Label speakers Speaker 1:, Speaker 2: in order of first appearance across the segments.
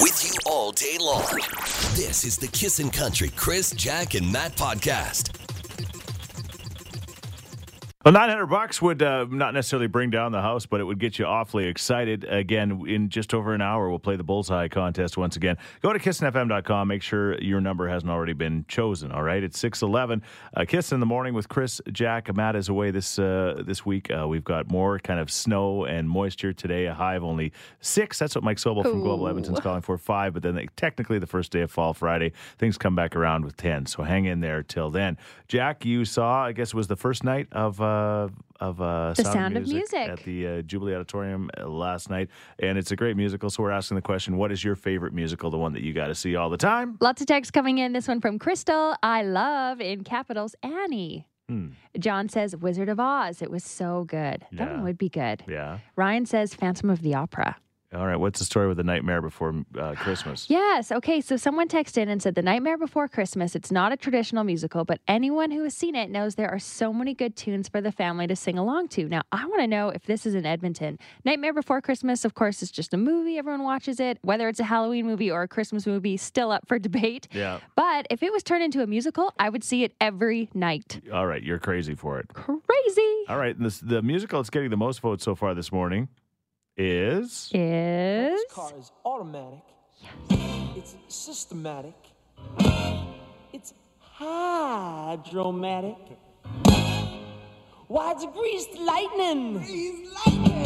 Speaker 1: with you all day long. This is the Kissin' Country Chris, Jack, and Matt podcast.
Speaker 2: Well, 900 bucks would uh, not necessarily bring down the house, but it would get you awfully excited. Again, in just over an hour, we'll play the bullseye contest once again. Go to kissinfm.com. Make sure your number hasn't already been chosen, all right? It's 611. Uh, Kiss in the morning with Chris, Jack. Matt is away this, uh, this week. Uh, we've got more kind of snow and moisture today, a high of only six. That's what Mike Sobel from Global
Speaker 3: Ooh.
Speaker 2: Edmonton's calling for, five. But then they, technically the first day of fall, Friday, things come back around with 10. So hang in there till then. Jack, you saw, I guess it was the first night of uh, of uh,
Speaker 3: The Sound of Music.
Speaker 2: at the uh, Jubilee Auditorium uh, last night, and it's a great musical. So we're asking the question: What is your favorite musical? The one that you got to see all the time?
Speaker 3: Lots of texts coming in. This one from Crystal. I love in capitals Annie.
Speaker 2: Hmm.
Speaker 3: John says Wizard of Oz. It was so good. That
Speaker 2: Yeah.
Speaker 3: one would be good.
Speaker 2: Yeah.
Speaker 3: Ryan says Phantom of the Opera.
Speaker 2: All right. What's the story with the Nightmare Before uh, Christmas?
Speaker 3: Yes. Okay. So someone texted in and said The Nightmare Before Christmas. It's not a traditional musical, but anyone who has seen it knows there are so many good tunes for the family to sing along to. Now, I want to know if this is in Edmonton. Nightmare Before Christmas, of course, is just a movie. Everyone watches it. Whether it's a Halloween movie or a Christmas movie, still up for debate.
Speaker 2: Yeah.
Speaker 3: But if it was turned into a musical, I would see it every night.
Speaker 2: All right. You're crazy for it.
Speaker 3: Crazy
Speaker 2: All right. and This, the musical that's getting the most votes so far this morning is.
Speaker 3: is
Speaker 4: This car is automatic. It's systematic. It's hydromatic. Why it's greased lightning?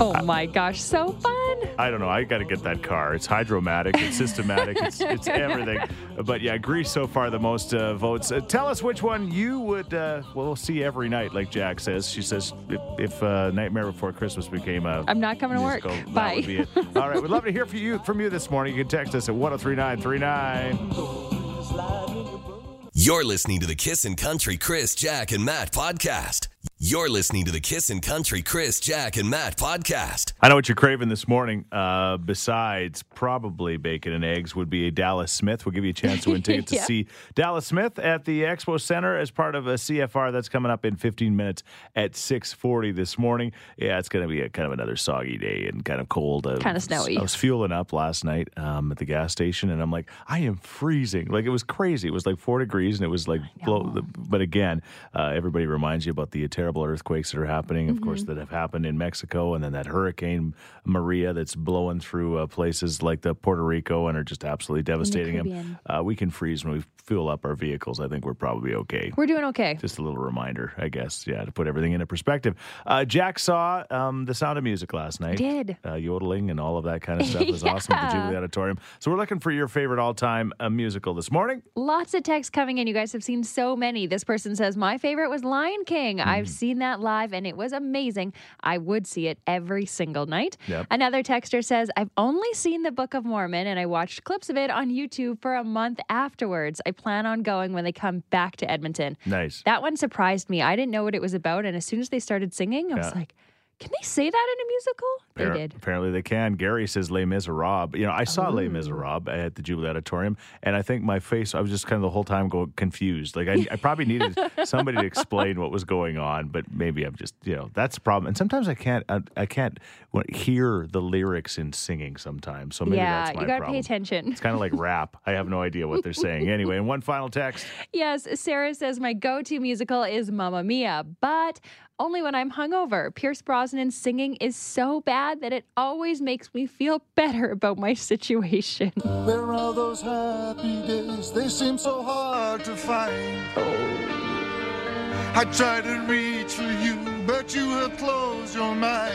Speaker 3: oh my gosh, so fun.
Speaker 2: I don't know. I got to get that car. It's hydromatic. It's systematic. it's, it's everything. But yeah, Greece so far the most uh, votes. Uh, tell us which one you would uh, we'll see every night. Like Jack says, she says if, if uh, Nightmare Before Christmas became a
Speaker 3: I'm not coming to work.
Speaker 2: musical, that
Speaker 3: Bye.
Speaker 2: would be it. All right, we'd love to hear from you from you this morning. You can text us at 103939.
Speaker 1: You're listening to the Kissin' Country Chris, Jack, and Matt podcast. You're listening to the Kissin' Country Chris, Jack, and Matt podcast.
Speaker 2: I know what you're craving this morning. Uh, besides probably bacon and eggs, would be a Dallas Smith. We'll give you a chance to win tickets
Speaker 3: Yeah.
Speaker 2: to see Dallas Smith at the Expo Center as part of a CFR that's coming up in 15 minutes at 6:40 this morning. Yeah, it's going to be a kind of another soggy day and kind of cold. Uh,
Speaker 3: Kinda snowy.
Speaker 2: I was fueling up last night um, at the gas station, and I'm like, I am freezing. Like it was crazy. It was like four degrees, and it was like blow. The, but again, uh, everybody reminds you about the terrible earthquakes that are happening, of course, that have happened in Mexico, and then that Hurricane Maria that's blowing through uh, places like the Puerto Rico and are just absolutely devastating.
Speaker 3: Caribbean.
Speaker 2: uh, we can freeze when we fuel up our vehicles. I think we're probably okay.
Speaker 3: We're doing okay.
Speaker 2: Just a little reminder, I guess. Yeah, to put everything into perspective. Uh, Jack saw um, the Sound of Music last night.
Speaker 3: Did.
Speaker 2: uh, yodeling and all of that kind of stuff was awesome at the
Speaker 3: Yeah.
Speaker 2: Jubilee Auditorium. So we're looking for your favorite all-time uh, musical this morning.
Speaker 3: Lots of texts coming in. You guys have seen so many. This person says, My favorite was Lion King.
Speaker 2: Mm-hmm.
Speaker 3: I've seen that live and it was amazing. I would see it every single night.
Speaker 2: Yep.
Speaker 3: Another texter says, I've only seen the Book of Mormon and I watched clips of it on YouTube for a month afterwards. I plan on going when they come back to Edmonton.
Speaker 2: Nice.
Speaker 3: That one surprised me. I didn't know what it was about. And as soon as they started singing, I was
Speaker 2: Yeah.
Speaker 3: like, Can they say that in a musical? They
Speaker 2: Appar-
Speaker 3: did.
Speaker 2: Apparently they can. Gary says Les Miserables. You know, I saw Les Miserables at the Jubilee Auditorium, and I think my face, I was just kind of the whole time go confused. Like, I, I probably needed somebody to explain what was going on, but maybe I'm just, you know, that's the problem. And sometimes I can't, I, I can't w- hear the lyrics in singing sometimes. So maybe
Speaker 3: yeah,
Speaker 2: that's my
Speaker 3: you got to pay
Speaker 2: problem.
Speaker 3: attention.
Speaker 2: It's kind of like rap. I have no idea what they're saying. Anyway, and one final text.
Speaker 3: Yes, Sarah says my go-to musical is Mamma Mia, but only when I'm hungover. Pierce Brosnan singing is so bad that it always makes me feel better about my situation.
Speaker 5: Where are those happy days? They seem so hard to find. I try to reach for you, but you have closed your mind.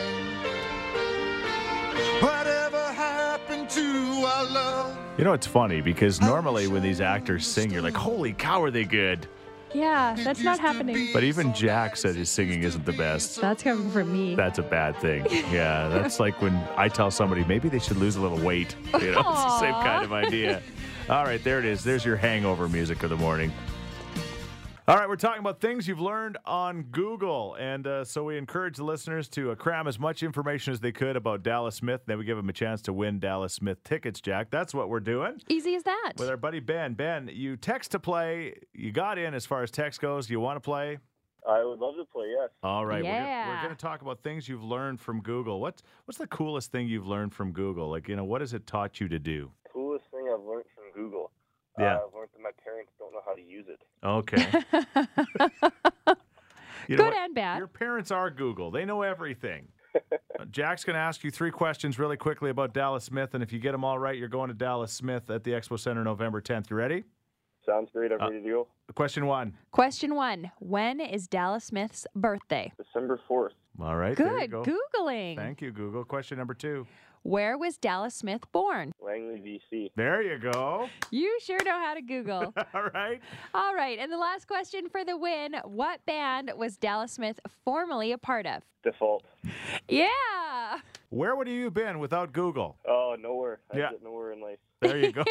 Speaker 5: Whatever happened to our love?
Speaker 2: You know, it's funny because normally when these actors sing, you're like, holy cow, are they good?
Speaker 3: Yeah,
Speaker 5: It
Speaker 3: that's not
Speaker 5: used to
Speaker 3: happening.
Speaker 5: be
Speaker 2: But even
Speaker 5: so
Speaker 2: Jack
Speaker 5: nice,
Speaker 2: said his
Speaker 5: it
Speaker 2: singing
Speaker 5: used to
Speaker 2: isn't the
Speaker 5: be
Speaker 2: best.
Speaker 5: so
Speaker 3: That's coming from me.
Speaker 2: That's a bad thing. Yeah, that's like when I tell somebody maybe they should lose a little weight. You know, it's the same
Speaker 3: Aw.
Speaker 2: kind of idea. All right, there it is. There's your hangover music of the morning. All right, we're talking about things you've learned on Google. And uh, so we encourage the listeners to uh, cram as much information as they could about Dallas Smith. Then we give them a chance to win Dallas Smith tickets, Jack. That's what we're doing
Speaker 3: Easy as that.
Speaker 2: with our buddy Ben. Ben, you text to play. You got in as far as text goes. You want to play?
Speaker 6: I would love to play, yes.
Speaker 2: All right, we're gonna- we're
Speaker 3: Yeah.
Speaker 2: going to talk about things you've learned from Google. What's what's the coolest thing you've learned from Google? Like, you know, what has it taught you to do?
Speaker 6: Coolest thing I've learned from Google.
Speaker 2: Yeah.
Speaker 6: Uh, I've learned that my parents don't know how to use it.
Speaker 2: Okay. You know
Speaker 3: Good
Speaker 2: what?
Speaker 3: and bad.
Speaker 2: Your parents are Google. They know everything. Uh, Jack's going to ask you three questions really quickly about Dallas Smith, and if you get them all right, you're going to Dallas Smith at the Expo Center November 10th. You ready?
Speaker 6: Sounds
Speaker 2: Uh,
Speaker 6: great. I'm ready to go.
Speaker 2: Question one.
Speaker 3: Question one When is Dallas Smith's birthday?
Speaker 6: December 4th,
Speaker 2: All right. There you
Speaker 3: Good
Speaker 2: go.
Speaker 3: Googling.
Speaker 2: Thank you, Google. Question number two.
Speaker 3: Where was Dallas Smith born?
Speaker 6: Langley, VC.
Speaker 2: There you go.
Speaker 3: You sure know how to Google.
Speaker 2: All right.
Speaker 3: All right. And the last question for the win What band was Dallas Smith formerly a part of?
Speaker 6: Default.
Speaker 3: Yeah.
Speaker 2: Where would you have been without Google?
Speaker 6: Oh, nowhere. I
Speaker 2: Yeah.
Speaker 6: get nowhere in life.
Speaker 2: There you go.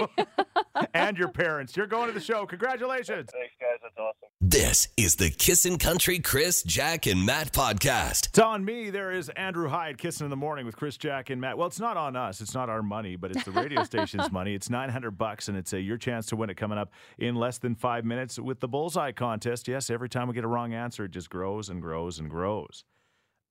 Speaker 2: and your parents. You're going to the show. Congratulations.
Speaker 6: Thanks, guys. That's awesome.
Speaker 1: This is the Kissin' Country Chris, Jack, and Matt podcast.
Speaker 2: It's on me. There is Andrew Hyde kissing in the morning with Chris Jack and Matt. Well, it's not on us. It's not our money, but it's the radio station's money. It's 900 bucks and it's a, your chance to win it coming up in less than 5 minutes with the bullseye contest. Yes, every time we get a wrong answer, it just grows and grows and grows.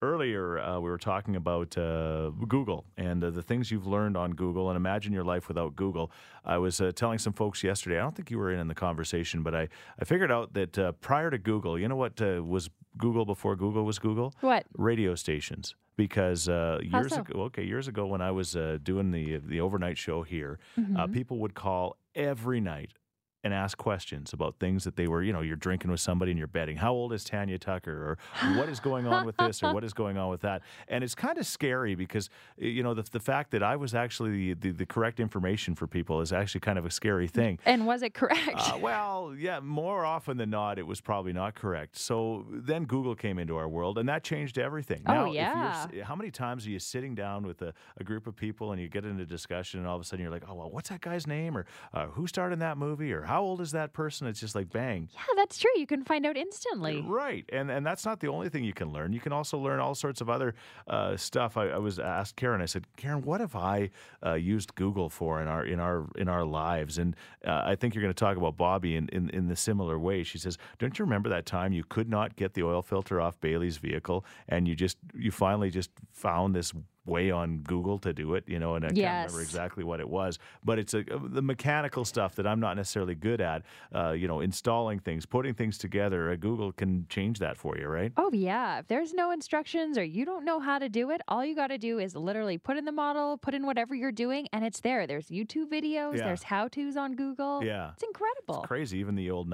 Speaker 2: Earlier, uh, we were talking about uh, Google and uh, the things you've learned on Google, and imagine your life without Google. I was uh, telling some folks yesterday, I don't think you were in, in the conversation, but I, I figured out that uh, prior to Google, you know what uh, was Google before Google was Google?
Speaker 3: What?
Speaker 2: radio stations because uh,
Speaker 3: How
Speaker 2: years
Speaker 3: so?
Speaker 2: ago, okay, years ago when I was uh, doing the the overnight show here, uh,
Speaker 3: Mm-hmm.
Speaker 2: people would call every night and ask questions about things that they were, you know, you're drinking with somebody and you're betting. How old is Tanya Tucker? Or what is going on with this? Or what is going on with that? And it's kind of scary because, uh, you know, the, the fact that I was actually the, the, the correct information for people is actually kind of a
Speaker 3: Mm.
Speaker 2: scary thing.
Speaker 3: And was it correct?
Speaker 2: Uh, well, yeah, more often than not, it was probably not correct. So then Google came into our world, and that changed everything.
Speaker 3: Oh,
Speaker 2: now, if you're
Speaker 3: yeah.
Speaker 2: s- how many times are you sitting down with a, a group of people and you get into discussion, and all of a sudden you're like, oh, well, what's that guy's name? Or uh, who starred in that movie? Or how old is that person? It's just like, bang.
Speaker 3: yeah, that's true. You can find out instantly.
Speaker 2: Right, and and that's not the only thing you can learn. You can also learn all sorts of other uh, stuff. I, I was asked Karen. I said, Karen, what have I uh, used Google for in our in our in our lives? And uh, I think you're going to talk about Bobby in, in in the similar way. She says, Don't you remember that time you could not get the oil filter off Bailey's vehicle, and you just you finally just found this way on Google to do it? You know, and I can't remember
Speaker 3: Yes.
Speaker 2: exactly exactly what it was, but it's a, uh, the mechanical stuff that I'm not necessarily good at. Uh, you know, installing things, putting things together. Uh, Google can change that for you, right?
Speaker 3: Oh, yeah. If there's no instructions or you don't know how to do it, all you got to do is literally put in the model, put in whatever you're doing, and it's there. There's YouTube videos,
Speaker 2: Yeah.
Speaker 3: there's how to's on Google.
Speaker 2: Yeah.
Speaker 3: It's incredible.
Speaker 2: Crazy. Even the old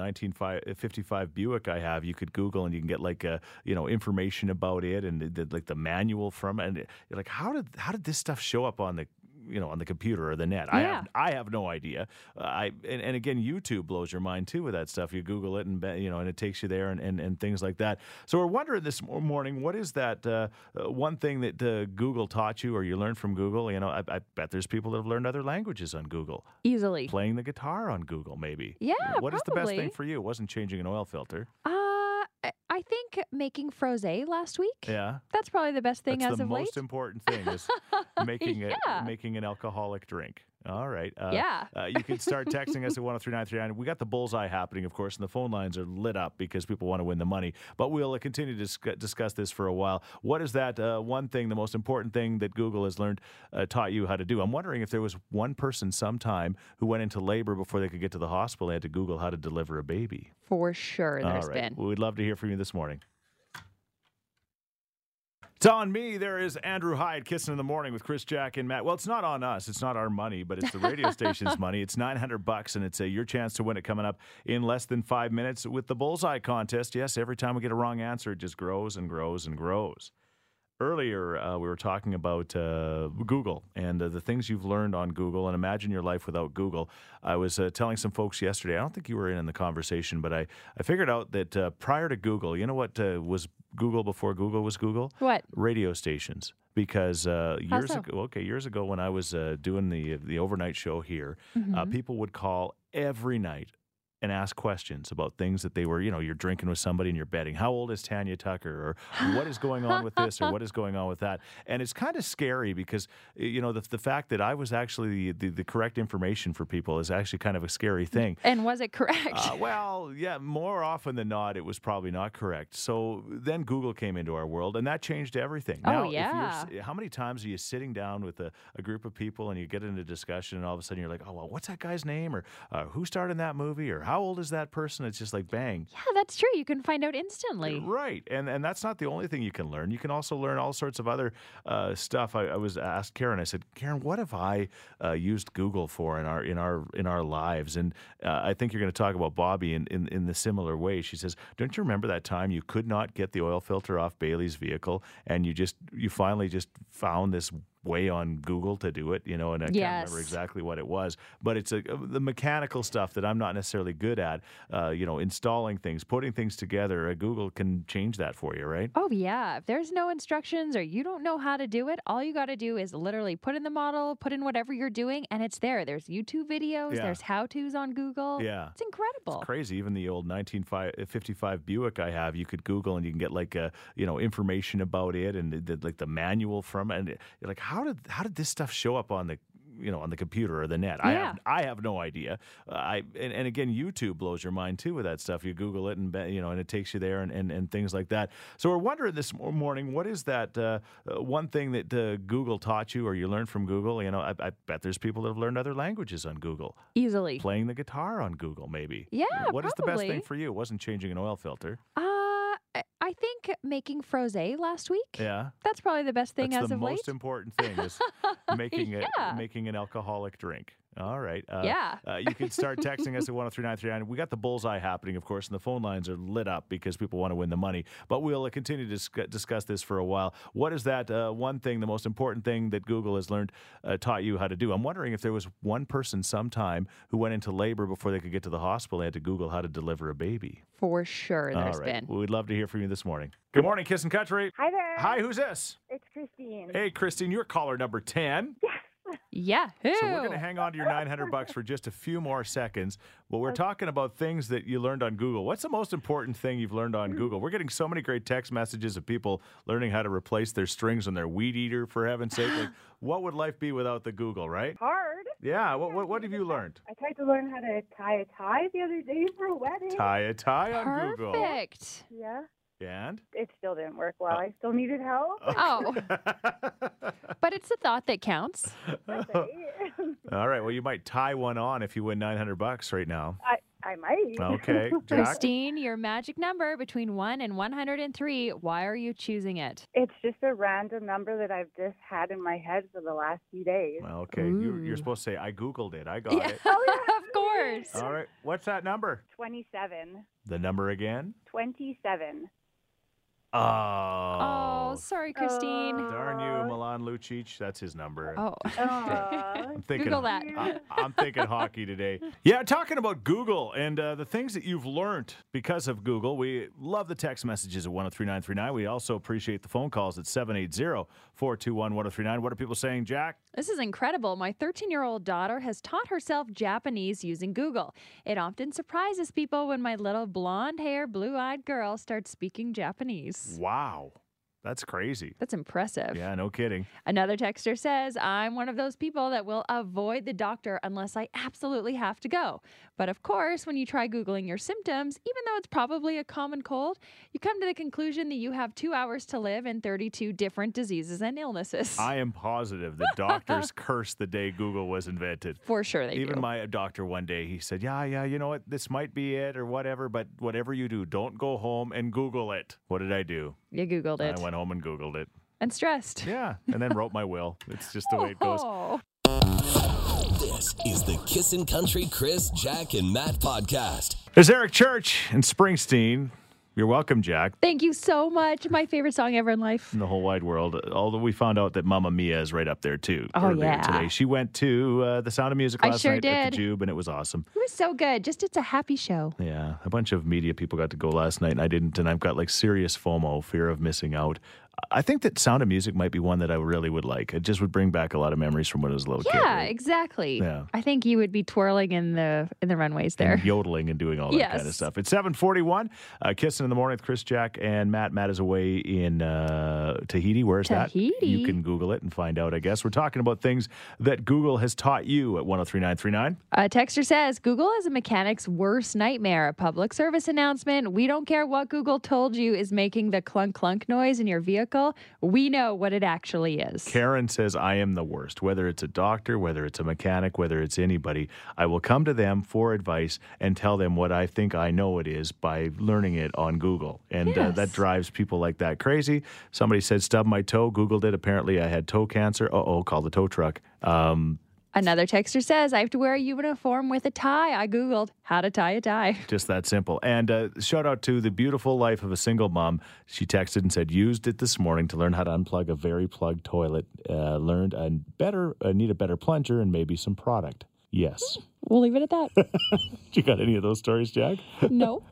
Speaker 2: 1955 Buick I have, you could Google and you can get like uh, you know information about it and the, the, like the manual from it. And you're like, how did how did this stuff show up on the you know on the computer or the net? I have I have no idea. Uh, I and, and again, YouTube blows your mind too with that stuff. You Google it and be- you know, and it takes you there and, and, and things like that. So we're wondering this mor- morning, what is that uh, uh, one thing that uh, Google taught you or you learned from Google? You know, I, I bet there's people that have learned other languages on Google
Speaker 3: Easily.
Speaker 2: playing the guitar on Google, maybe.
Speaker 3: Yeah,
Speaker 2: What is the best thing
Speaker 3: probably.
Speaker 2: for you? It wasn't changing an oil filter.
Speaker 3: Uh, I- I think making froze last week.
Speaker 2: Yeah.
Speaker 3: That's probably the best thing
Speaker 2: That's
Speaker 3: as
Speaker 2: the
Speaker 3: of late.
Speaker 2: most important thing is making a,
Speaker 3: Yeah.
Speaker 2: making an alcoholic drink. All right. Uh,
Speaker 3: Yeah.
Speaker 2: uh, you can start texting us at 103939. We got the bullseye happening, of course, and the phone lines are lit up because people want to win the money. But we'll uh, continue to discuss, discuss this for a while. What is that uh, one thing, the most important thing that Google has learned, uh, taught you how to do? I'm wondering if there was one person sometime who went into labor before they could get to the hospital. They had to Google how to deliver a baby.
Speaker 3: For sure,
Speaker 2: All
Speaker 3: There's
Speaker 2: right.
Speaker 3: been.
Speaker 2: Well, we'd love to hear from you this morning. It's on me. There is Andrew Hyde kissing in the morning with Chris Jack and Matt. Well, it's not on us. It's not our money, but it's the radio station's money. It's 900 bucks and it's uh your chance to win it coming up in less than 5 minutes with the bullseye contest. Yes, every time we get a wrong answer, it just grows and grows and grows. Earlier, uh, we were talking about uh, Google and uh, the things you've learned on Google, and imagine your life without Google. I was uh, telling some folks yesterday, I don't think you were in, in the conversation, but I, I figured out that uh, prior to Google, you know what uh, was Google before Google was Google?
Speaker 3: What?
Speaker 2: Radio stations. Because uh,
Speaker 3: How
Speaker 2: years
Speaker 3: so?
Speaker 2: ago, okay, years ago when I uh,
Speaker 3: Mm-hmm.
Speaker 2: was uh, doing the the overnight show here, uh, people would call every night and ask questions about things that they were, you know, you're drinking with somebody and you're betting. How old is Tanya Tucker? Or what is going on with this? Or what is going on with that? And it's kind of scary because, you know, the, the fact that I was actually the, the, the correct information for people is actually kind of a scary thing.
Speaker 3: And was it correct?
Speaker 2: Uh, well, yeah, more often than not, it was probably not correct. So then Google came into our world, and that changed everything.
Speaker 3: Oh,
Speaker 2: now, if you're
Speaker 3: yeah.
Speaker 2: s- how many times are you sitting down with a, a group of people and you get into discussion, and all of a sudden you're like, oh, well, what's that guy's name? Or uh, who starred in that movie? Or how old is that person? It's just like, bang.
Speaker 3: yeah, that's true. You can find out instantly.
Speaker 2: Right, and and that's not the only thing you can learn. You can also learn all sorts of other uh, stuff. I, I was asked Karen. I said, Karen, what have I uh, used Google for in our in our in our lives? And uh, I think you're going to talk about Bobby in, in in the similar way. She says, Don't you remember that time you could not get the oil filter off Bailey's vehicle, and you just you finally just found this way on Google to do it, you know, and I can't remember
Speaker 3: Yes.
Speaker 2: exactly exactly what it was, but it's a, uh, the mechanical stuff that I'm not necessarily good at. Uh, you know, installing things, putting things together. Uh, Google can change that for you, right?
Speaker 3: Oh, yeah. If there's no instructions or you don't know how to do it, all you got to do is literally put in the model, put in whatever you're doing, and it's there. There's YouTube videos,
Speaker 2: Yeah.
Speaker 3: there's how to's on Google.
Speaker 2: Yeah.
Speaker 3: It's incredible.
Speaker 2: Crazy. Even the old 1955 Buick I have, you could Google and you can get like uh, you know information about it and the, the, like the manual from it. And it- you're like, how did how did this stuff show up on the you know on the computer or the net? I have I have no idea. Uh, I and, and again, YouTube blows your mind too with that stuff. You Google it and be- you know, and it takes you there and, and, and things like that. So we're wondering this mor- morning, what is that uh, uh, one thing that uh, Google taught you or you learned from Google? You know, I, I bet there's people that have learned other languages on Google
Speaker 3: Easily.
Speaker 2: playing the guitar on Google, maybe.
Speaker 3: Yeah,
Speaker 2: What is the best thing
Speaker 3: probably.
Speaker 2: for you? It wasn't changing an oil filter.
Speaker 3: Uh, I- I think making froze last week.
Speaker 2: Yeah.
Speaker 3: That's probably the best thing
Speaker 2: That's
Speaker 3: as
Speaker 2: the
Speaker 3: of late.
Speaker 2: most important thing is making a,
Speaker 3: Yeah.
Speaker 2: making an alcoholic drink. All right. Uh,
Speaker 3: Yeah.
Speaker 2: uh, you can start texting us at 103939. We got the bullseye happening, of course, and the phone lines are lit up because people want to win the money. But we'll uh, continue to discuss, discuss this for a while. What is that uh, one thing, the most important thing that Google has learned, uh, taught you how to do? I'm wondering if there was one person sometime who went into labor before they could get to the hospital and had to Google how to deliver a baby.
Speaker 3: For sure, There's
Speaker 2: All right.
Speaker 3: been.
Speaker 2: Well, we'd love to hear from you this morning. Good morning, Kiss and Country.
Speaker 7: Hi there.
Speaker 2: Hi, who's this?
Speaker 7: It's Christine.
Speaker 2: Hey, Christine, you're caller number 10.
Speaker 3: Yeah.
Speaker 2: So we're going to hang on to your 900 bucks for just a few more seconds. But we're talking about things that you learned on Google. What's the most important thing you've learned
Speaker 7: Hmm.
Speaker 2: on Google? We're getting so many great text messages of people learning how to replace their strings on their weed eater, for heaven's sake. Like, what would life be without the Google, right?
Speaker 7: Hard.
Speaker 2: Yeah, what, what, what have you learned?
Speaker 7: I tried to learn how to tie a tie the other day for a wedding.
Speaker 2: Tie a tie on Google.
Speaker 3: Perfect.
Speaker 7: Yeah.
Speaker 2: And?
Speaker 7: It still didn't work
Speaker 2: Uh,
Speaker 7: well. I still needed help.
Speaker 3: Oh,
Speaker 7: Oh.
Speaker 3: but it's the thought that counts.
Speaker 7: That's it.
Speaker 2: All right, well, you might tie one on if you win 900 bucks right now.
Speaker 7: I, I might.
Speaker 2: Okay, Jack.
Speaker 3: Christine, your magic number between 1 and 103. Why are you choosing it?
Speaker 7: It's just a random number that I've just had in my head for the last few days.
Speaker 2: Well, okay, you, you're
Speaker 3: Ooh.
Speaker 2: supposed to say, I Googled it. I got it.
Speaker 3: of course.
Speaker 2: All right, what's that number?
Speaker 7: 27.
Speaker 2: The number again?
Speaker 7: 27.
Speaker 2: Oh.
Speaker 3: Oh, sorry, Christine.
Speaker 7: Oh.
Speaker 2: Darn you, Milan Lucic. That's his number.
Speaker 3: Oh,
Speaker 7: Aw.
Speaker 2: I'm thinking,
Speaker 3: Google that.
Speaker 2: I, am thinking hockey today. Yeah, talking about Google and uh, the things that you've learned because of Google. We love the text messages at 103939. We also appreciate the phone calls at 780 421 1039. What are people saying, Jack?
Speaker 3: This is incredible. My 13 year old daughter has taught herself Japanese using Google. It often surprises people when my little blonde hair, blue eyed girl starts speaking Japanese.
Speaker 2: Wow. That's crazy.
Speaker 3: That's impressive.
Speaker 2: Yeah, no kidding.
Speaker 3: Another texter says, I'm one of those people that will avoid the doctor unless I absolutely have to go. But of course, when you try Googling your symptoms, even though it's probably a common cold, you come to the conclusion that you have two hours to live and 32 different diseases and illnesses.
Speaker 2: I am positive the doctors cursed the day Google was invented.
Speaker 3: For sure they
Speaker 2: Even
Speaker 3: do.
Speaker 2: my doctor one day, he said, Yeah, yeah, you know what? This might be it or whatever, but whatever you do, don't go home and Google it. What did I do?
Speaker 3: you Googled it
Speaker 2: I went home and Googled it.
Speaker 3: and stressed.
Speaker 2: Yeah. And then wrote my will. It's just the way it goes.
Speaker 3: Oh.
Speaker 1: This is the Kissin' Country Chris, Jack, and Matt podcast.
Speaker 2: There's Eric Church and Springsteen. You're welcome, Jack.
Speaker 3: Thank you so much. My favorite song ever in life.
Speaker 2: In the whole wide world. Although we found out that Mamma Mia is right up there too.
Speaker 3: Oh,
Speaker 2: earlier
Speaker 3: yeah.
Speaker 2: Today she went to uh, the Sound of Music
Speaker 3: I
Speaker 2: last
Speaker 3: sure
Speaker 2: night at
Speaker 3: did.
Speaker 2: the Jube, and it was awesome.
Speaker 3: It was so good. Just it's a happy show.
Speaker 2: Yeah, a bunch of media people got to go last night, and I didn't, and I've got like serious FOMO, fear of missing out. I think that Sound of Music might be one that I really would like. It just would bring back a lot of memories from when I was a little kid.
Speaker 3: Yeah,
Speaker 2: right?
Speaker 3: exactly.
Speaker 2: Yeah.
Speaker 3: I think you would be twirling in the in the runways there.
Speaker 2: and yodeling and doing all that kind of
Speaker 3: Yes.
Speaker 2: stuff. It's 741, uh, Kissing in the Morning with Chris, Jack, and Matt. Matt is away in uh, Tahiti. Where's that?
Speaker 3: Tahiti.
Speaker 2: You can Google it and find out, I guess. We're talking about things that Google has taught you at 103939.
Speaker 3: A texter says Google is a mechanic's worst nightmare. A public service announcement. We don't care what Google told you is making the clunk clunk noise in your vehicle. We know what it actually is.
Speaker 2: Karen says, I am the worst. Whether it's a doctor, whether it's a mechanic, whether it's anybody, I will come to them for advice and tell them what I think I know it is by learning it on Google. And uh, that
Speaker 3: Yes.
Speaker 2: drives people like that crazy. Somebody said, Stub my toe. Googled it. Apparently, I had toe cancer. Uh oh, call the tow truck. Um,
Speaker 3: Another texter says I have to wear a uniform with a tie. I googled how to tie a tie.
Speaker 2: just that simple. And uh, shout out to the beautiful life of a single mom. She texted and said, used it this morning to learn how to unplug a very plugged toilet. Uh, learned I better I need a better plunger and maybe some product. Yes.
Speaker 3: We'll leave it at that.
Speaker 2: You got any of those stories, Jack?
Speaker 3: no,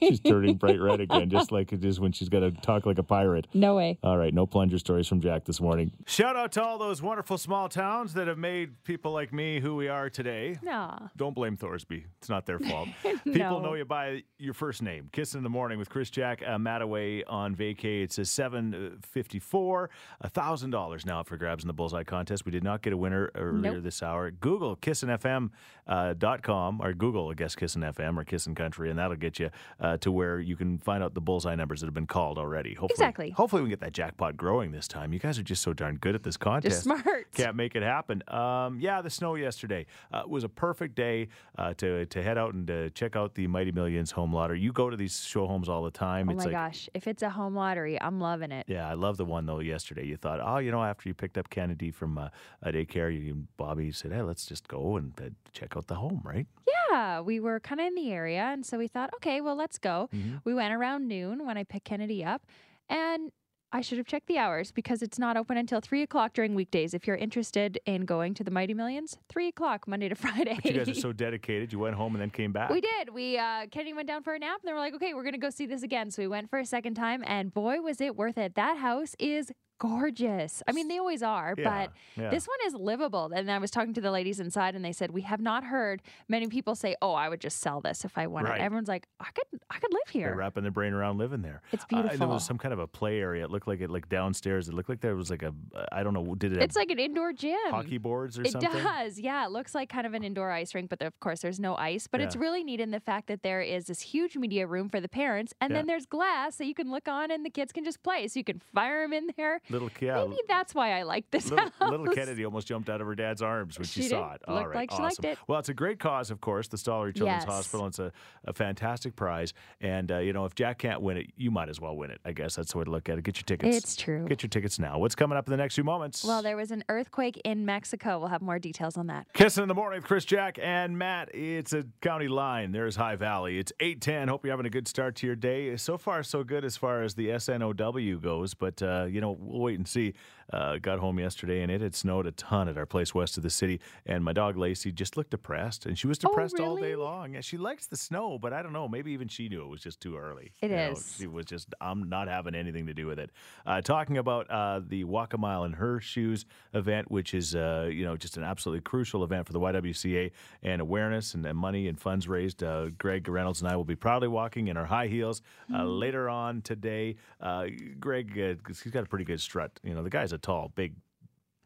Speaker 2: She's turning bright red again, just like it is when she's got to talk like a pirate.
Speaker 3: no way.
Speaker 2: All right, no plunger stories from Jack this morning. Shout out to all those wonderful small towns that have made people like me who we are today.
Speaker 3: No.
Speaker 2: Don't blame Thorsby. It's not their fault.
Speaker 3: No.
Speaker 2: People know you by your first name. Kissing in the morning with Chris Jack uh, Mattaway on vacay. It's a seven fifty four. thousand dollars now for grabs in the bullseye contest. We did not get a winner earlier
Speaker 3: Nope.
Speaker 2: this hour. Google kissinfm.com uh, dot com, or Google, I guess, Kissin FM or Kissin Country, and that'll get you uh, to where you can find out the bullseye numbers that have been called already. Hopefully,
Speaker 3: Exactly.
Speaker 2: Hopefully, we can get that jackpot growing this time. You guys are just so darn good at this contest.
Speaker 3: smart.
Speaker 2: Can't make it happen. Um, yeah, the snow yesterday uh, was a perfect day uh, to to head out and uh, check out the Mighty Millions home lottery. You go to these show homes all the time.
Speaker 3: Oh
Speaker 2: it's
Speaker 3: my
Speaker 2: like,
Speaker 3: gosh! If it's a home lottery, I'm loving it.
Speaker 2: yeah, I love the one though. Yesterday, you thought, oh, you know, after you picked up Kennedy from uh, a daycare, you and Bobby said, hey, let's just go and uh, check out the home, right?
Speaker 3: Yeah, we were kind of in the area, and so we thought, okay, well, let's go.
Speaker 2: Mm-hmm.
Speaker 3: We went around noon when I picked Kennedy up, and I should have checked the hours because it's not open until three o'clock during weekdays. If you're interested in going to the Mighty Millions, three o'clock Monday to Friday.
Speaker 2: But you guys are so dedicated. You went home and then came back.
Speaker 3: we did. We uh, Kennedy went down for a nap, and then we're like, okay, we're gonna go see this again. So we went for a second time, and boy, was it worth it! That house is gorgeous. I mean, they always are,
Speaker 2: Yeah,
Speaker 3: but
Speaker 2: yeah.
Speaker 3: this one is livable. And I was talking to the ladies inside, and they said we have not heard many people say, "Oh, I would just sell this if I wanted."
Speaker 2: Right.
Speaker 3: Everyone's like, "I could, I could live
Speaker 2: They're
Speaker 3: here."
Speaker 2: wrapping their brain around living there.
Speaker 3: It's
Speaker 2: Uh, and there
Speaker 3: beautiful.
Speaker 2: was some kind of a play area. It looked like it, like downstairs. It looked like there was like a, I don't know, did it have
Speaker 3: It's like an indoor gym.
Speaker 2: hockey boards or
Speaker 3: It
Speaker 2: something?
Speaker 3: does, yeah. It looks like kind of an indoor ice rink, but there- of course there's no ice. But it's
Speaker 2: Yeah.
Speaker 3: really neat in the fact that there is this huge media room for the parents, and
Speaker 2: Yeah.
Speaker 3: then there's glass that you can look on, and the kids can just play. So you can fire them in there.
Speaker 2: Little yeah,
Speaker 3: Maybe that's why I like this
Speaker 2: little,
Speaker 3: house.
Speaker 2: little Kennedy almost jumped out of her dad's arms when she,
Speaker 3: She
Speaker 2: saw
Speaker 3: did.
Speaker 2: it. All
Speaker 3: Looked
Speaker 2: right,
Speaker 3: like she
Speaker 2: awesome.
Speaker 3: liked it.
Speaker 2: Well, it's a great cause, of course, the Stollery Children's
Speaker 3: Yes.
Speaker 2: Hospital. It's a, a fantastic prize, and uh, you know, if Jack can't win it, you might as well win it. I guess that's the way to look at it. Get your tickets.
Speaker 3: It's true.
Speaker 2: Get your tickets now. What's coming up in the next few moments?
Speaker 3: Well, there was an earthquake in Mexico. We'll have more details on that.
Speaker 2: Kissing in the morning with Chris Jack and Matt. It's a county line. There's High Valley. It's 810. Hope you're having a good start to your day. So far, so good as far as the SNOW goes, but, uh, you know, we'll wait and see. Uh, got home yesterday and it had snowed a ton at our place west of the city. And my dog Lacey just looked depressed and she was depressed all day
Speaker 3: really?
Speaker 2: long. Yeah, she likes the snow, but I don't know. Maybe even she knew it was just too early.
Speaker 3: It
Speaker 2: It is.
Speaker 3: is.
Speaker 2: She was just, I'm not having anything to do with it. Uh, talking about uh, the Walk a Mile in Her Shoes event, which is, uh, you know, just an absolutely crucial event for the YWCA and awareness and, and money and funds raised. Uh, Greg Reynolds and I will be proudly walking in our high heels uh,
Speaker 3: Mm.
Speaker 2: later on today. Uh, Greg, uh, 'cause he's got a pretty good strut. You know, the guy's a tall, big,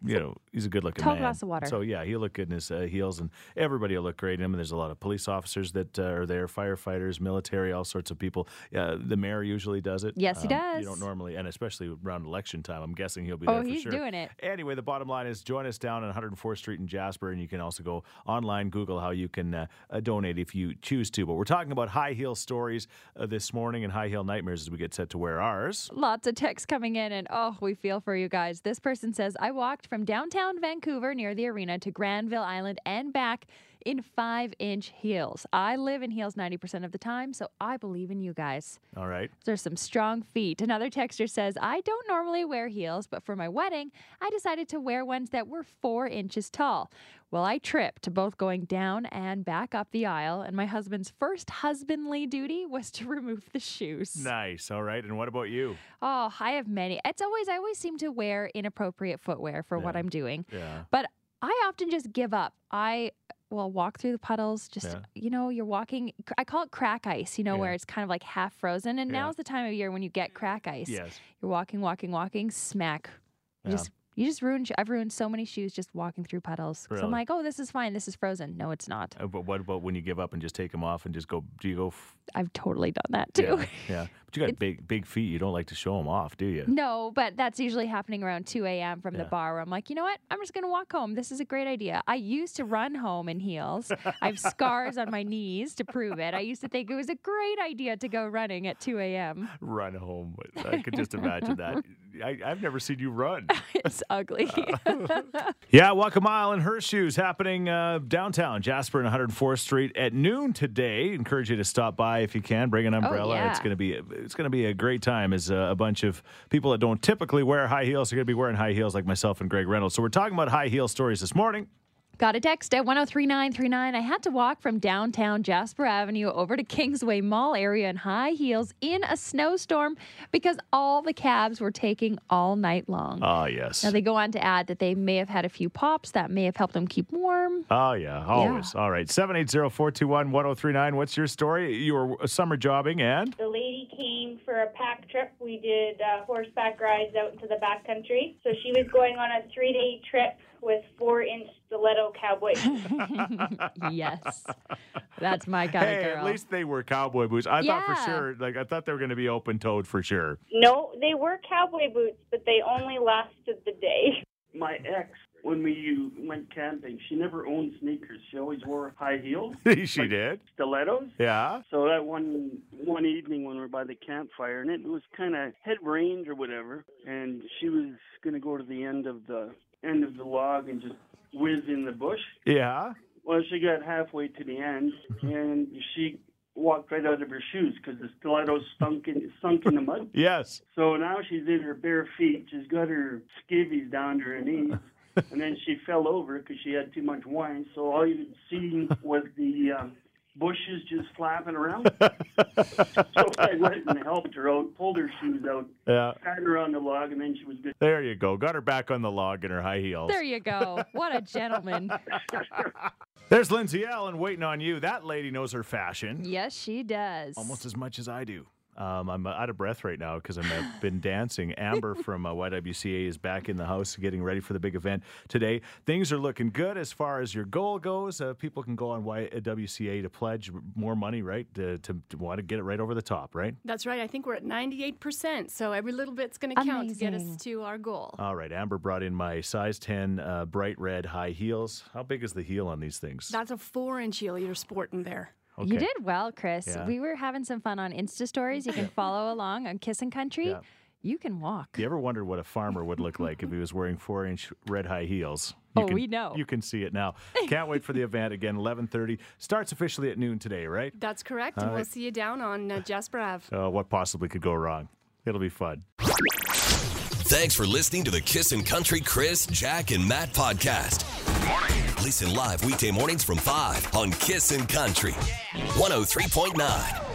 Speaker 2: you know, he's a good looking
Speaker 3: Tall
Speaker 2: man.
Speaker 3: glass of water.
Speaker 2: So yeah, he'll look good in his uh, heels, and everybody will look great in him. And there's a lot of police officers that uh, are there, firefighters, military, all sorts of people. Uh, the mayor usually does it. Um,
Speaker 3: Yes,
Speaker 2: You
Speaker 3: he
Speaker 2: don't
Speaker 3: does.
Speaker 2: normally, and especially around election time. I'm guessing he'll be
Speaker 3: Oh,
Speaker 2: there for
Speaker 3: he's
Speaker 2: sure.
Speaker 3: doing it.
Speaker 2: Anyway, the bottom line is join us down on 104th Street in Jasper, and you can also go online, Google how you can uh, uh, donate if you choose to. But we're talking about high heel stories uh, this morning and high heel nightmares as we get set to wear ours.
Speaker 3: Lots of texts coming in, and oh, we feel for you guys. This person says, I walked from downtown Vancouver near the arena to Granville Island and back in five inch heels. I live in heels 90% of the time, so I believe in you guys.
Speaker 2: All right.
Speaker 3: There's some strong feet. Another texter says, I don't normally wear heels, but for my wedding, I decided to wear ones that were four inches tall. Well, I tripped, both going down and back up the aisle, and my husband's first husbandly duty was to remove the shoes.
Speaker 2: Nice. All right. And what about you?
Speaker 3: Oh, I have many. It's always, I always seem to wear inappropriate footwear for what
Speaker 2: Yeah.
Speaker 3: I'm doing,
Speaker 2: Yeah.
Speaker 3: but I often just give up. I will walk through the puddles, just,
Speaker 2: Yeah.
Speaker 3: you know, you're walking, I call it crack ice, you know,
Speaker 2: Yeah.
Speaker 3: where it's kind of like half frozen. And
Speaker 2: Yeah.
Speaker 3: now's the time of year when you get crack ice.
Speaker 2: Yes.
Speaker 3: You're walking, walking, walking, smack.
Speaker 2: Yeah.
Speaker 3: You just you just ruined. I've ruined so many shoes just walking through puddles. 'Cause
Speaker 2: Really?
Speaker 3: I'm like, oh, this is fine. This is frozen. No, it's not.
Speaker 2: Uh, But what about when you give up and just take them off and just go? Do you go? F-
Speaker 3: I've totally done that too.
Speaker 2: Yeah, yeah. But you got big, big feet. You don't like to show them off, do you?
Speaker 3: No, but that's usually happening around 2 a.m. from the bar where I'm like, you know what? I'm just going to walk home. This is a great idea. I used to run home in heels. I have scars on my knees to prove it. I used to think it was a great idea to go running at 2 a.m.
Speaker 2: Run home. I could just imagine that. I, I've never seen you run.
Speaker 3: It's ugly.
Speaker 2: Yeah, Walk a Mile in Her Shoes happening uh, downtown Jasper and 104th Street at noon today. Encourage you to stop by if you can. Bring an umbrella.
Speaker 3: yeah.
Speaker 2: It's gonna be it's gonna be a great time. As uh, a bunch of people that don't typically wear high heels are gonna be wearing high heels, like myself and Greg Reynolds. So we're talking about high heel stories this morning.
Speaker 3: Got a text at 103939. I had to walk from downtown Jasper Avenue over to Kingsway Mall area in high heels in a snowstorm because all the cabs were taking all night long.
Speaker 2: Ah, yes.
Speaker 3: now, they go on to add that they may have had a few pops that may have helped them keep warm.
Speaker 2: Oh, yeah, always. All right. 780 421 1039. What's your story? You were summer jobbing and?
Speaker 8: The lady came for a pack trip. We did uh, horseback rides out into the backcountry. So she was going on a three day trip with four inch stiletto cowboy. boots.
Speaker 3: yes. That's my kind
Speaker 2: hey,
Speaker 3: of girl.
Speaker 2: at least they were cowboy boots. I thought for
Speaker 3: Yeah.
Speaker 2: sure, like, I thought they were going to be open toed for sure.
Speaker 8: no, they were cowboy boots, but they only lasted the day.
Speaker 9: my ex when we went camping she never owned sneakers she always wore high heels
Speaker 2: she did.
Speaker 9: stilettos
Speaker 2: Yeah.
Speaker 9: so that one one evening when we were by the campfire and it was kind of head range or whatever and she was going to go to the end of the end of the log and just whiz in the bush
Speaker 2: Yeah.
Speaker 9: well she got halfway to the end and she walked right out of her shoes because the stilettos sunk in sunk in the mud
Speaker 2: Yes.
Speaker 9: So now she's in her bare feet. She's got her skivvies down to her knees. And then she fell over because she had too much wine. So all you could see was the um, bushes just flapping around. so I went and helped her out, pulled her shoes out,
Speaker 2: Yeah.
Speaker 9: sat her on the log, and then she was good.
Speaker 2: There you go. Got her back on the log in her high heels.
Speaker 3: there you go. What a gentleman.
Speaker 2: There's Lindsay Allen waiting on you. That lady knows her fashion
Speaker 3: yes, she does.
Speaker 2: almost as much as I do. Um, I'm out of breath right now because I've been dancing. Amber from uh, YWCA is back in the house getting ready for the big event today. Things are looking good as far as your goal goes. Uh, people can go on YWCA to pledge more money, right? To, to, to want to get it right over the top, right?
Speaker 10: That's right. I think we're at 98%. So every little bit's going to count to get us
Speaker 3: Amazing.
Speaker 10: to our goal.
Speaker 2: All right, Amber brought in my size 10 uh, bright red high heels. How big is the heel on these things?
Speaker 10: That's a four inch heel you're sporting there.
Speaker 3: You
Speaker 2: Okay.
Speaker 3: did well, Chris.
Speaker 2: Yeah.
Speaker 3: We were having some fun on Insta stories. You can follow along on Kissin' Country.
Speaker 2: Yeah.
Speaker 3: You can walk.
Speaker 2: You ever wondered what a farmer would look like if he was wearing four-inch red high heels? You
Speaker 3: Oh, we know.
Speaker 2: You can see it now. Can't wait for the event again. Eleven thirty starts officially at noon today, right?
Speaker 10: That's correct. and we'll see you down on uh, Jasper Ave.
Speaker 2: Uh, what possibly could go wrong? It'll be fun.
Speaker 1: Thanks for listening to the Kissin' Country Chris, Jack, and Matt podcast. oh Listen live weekday mornings from 5 on Kissin' Country 103.9.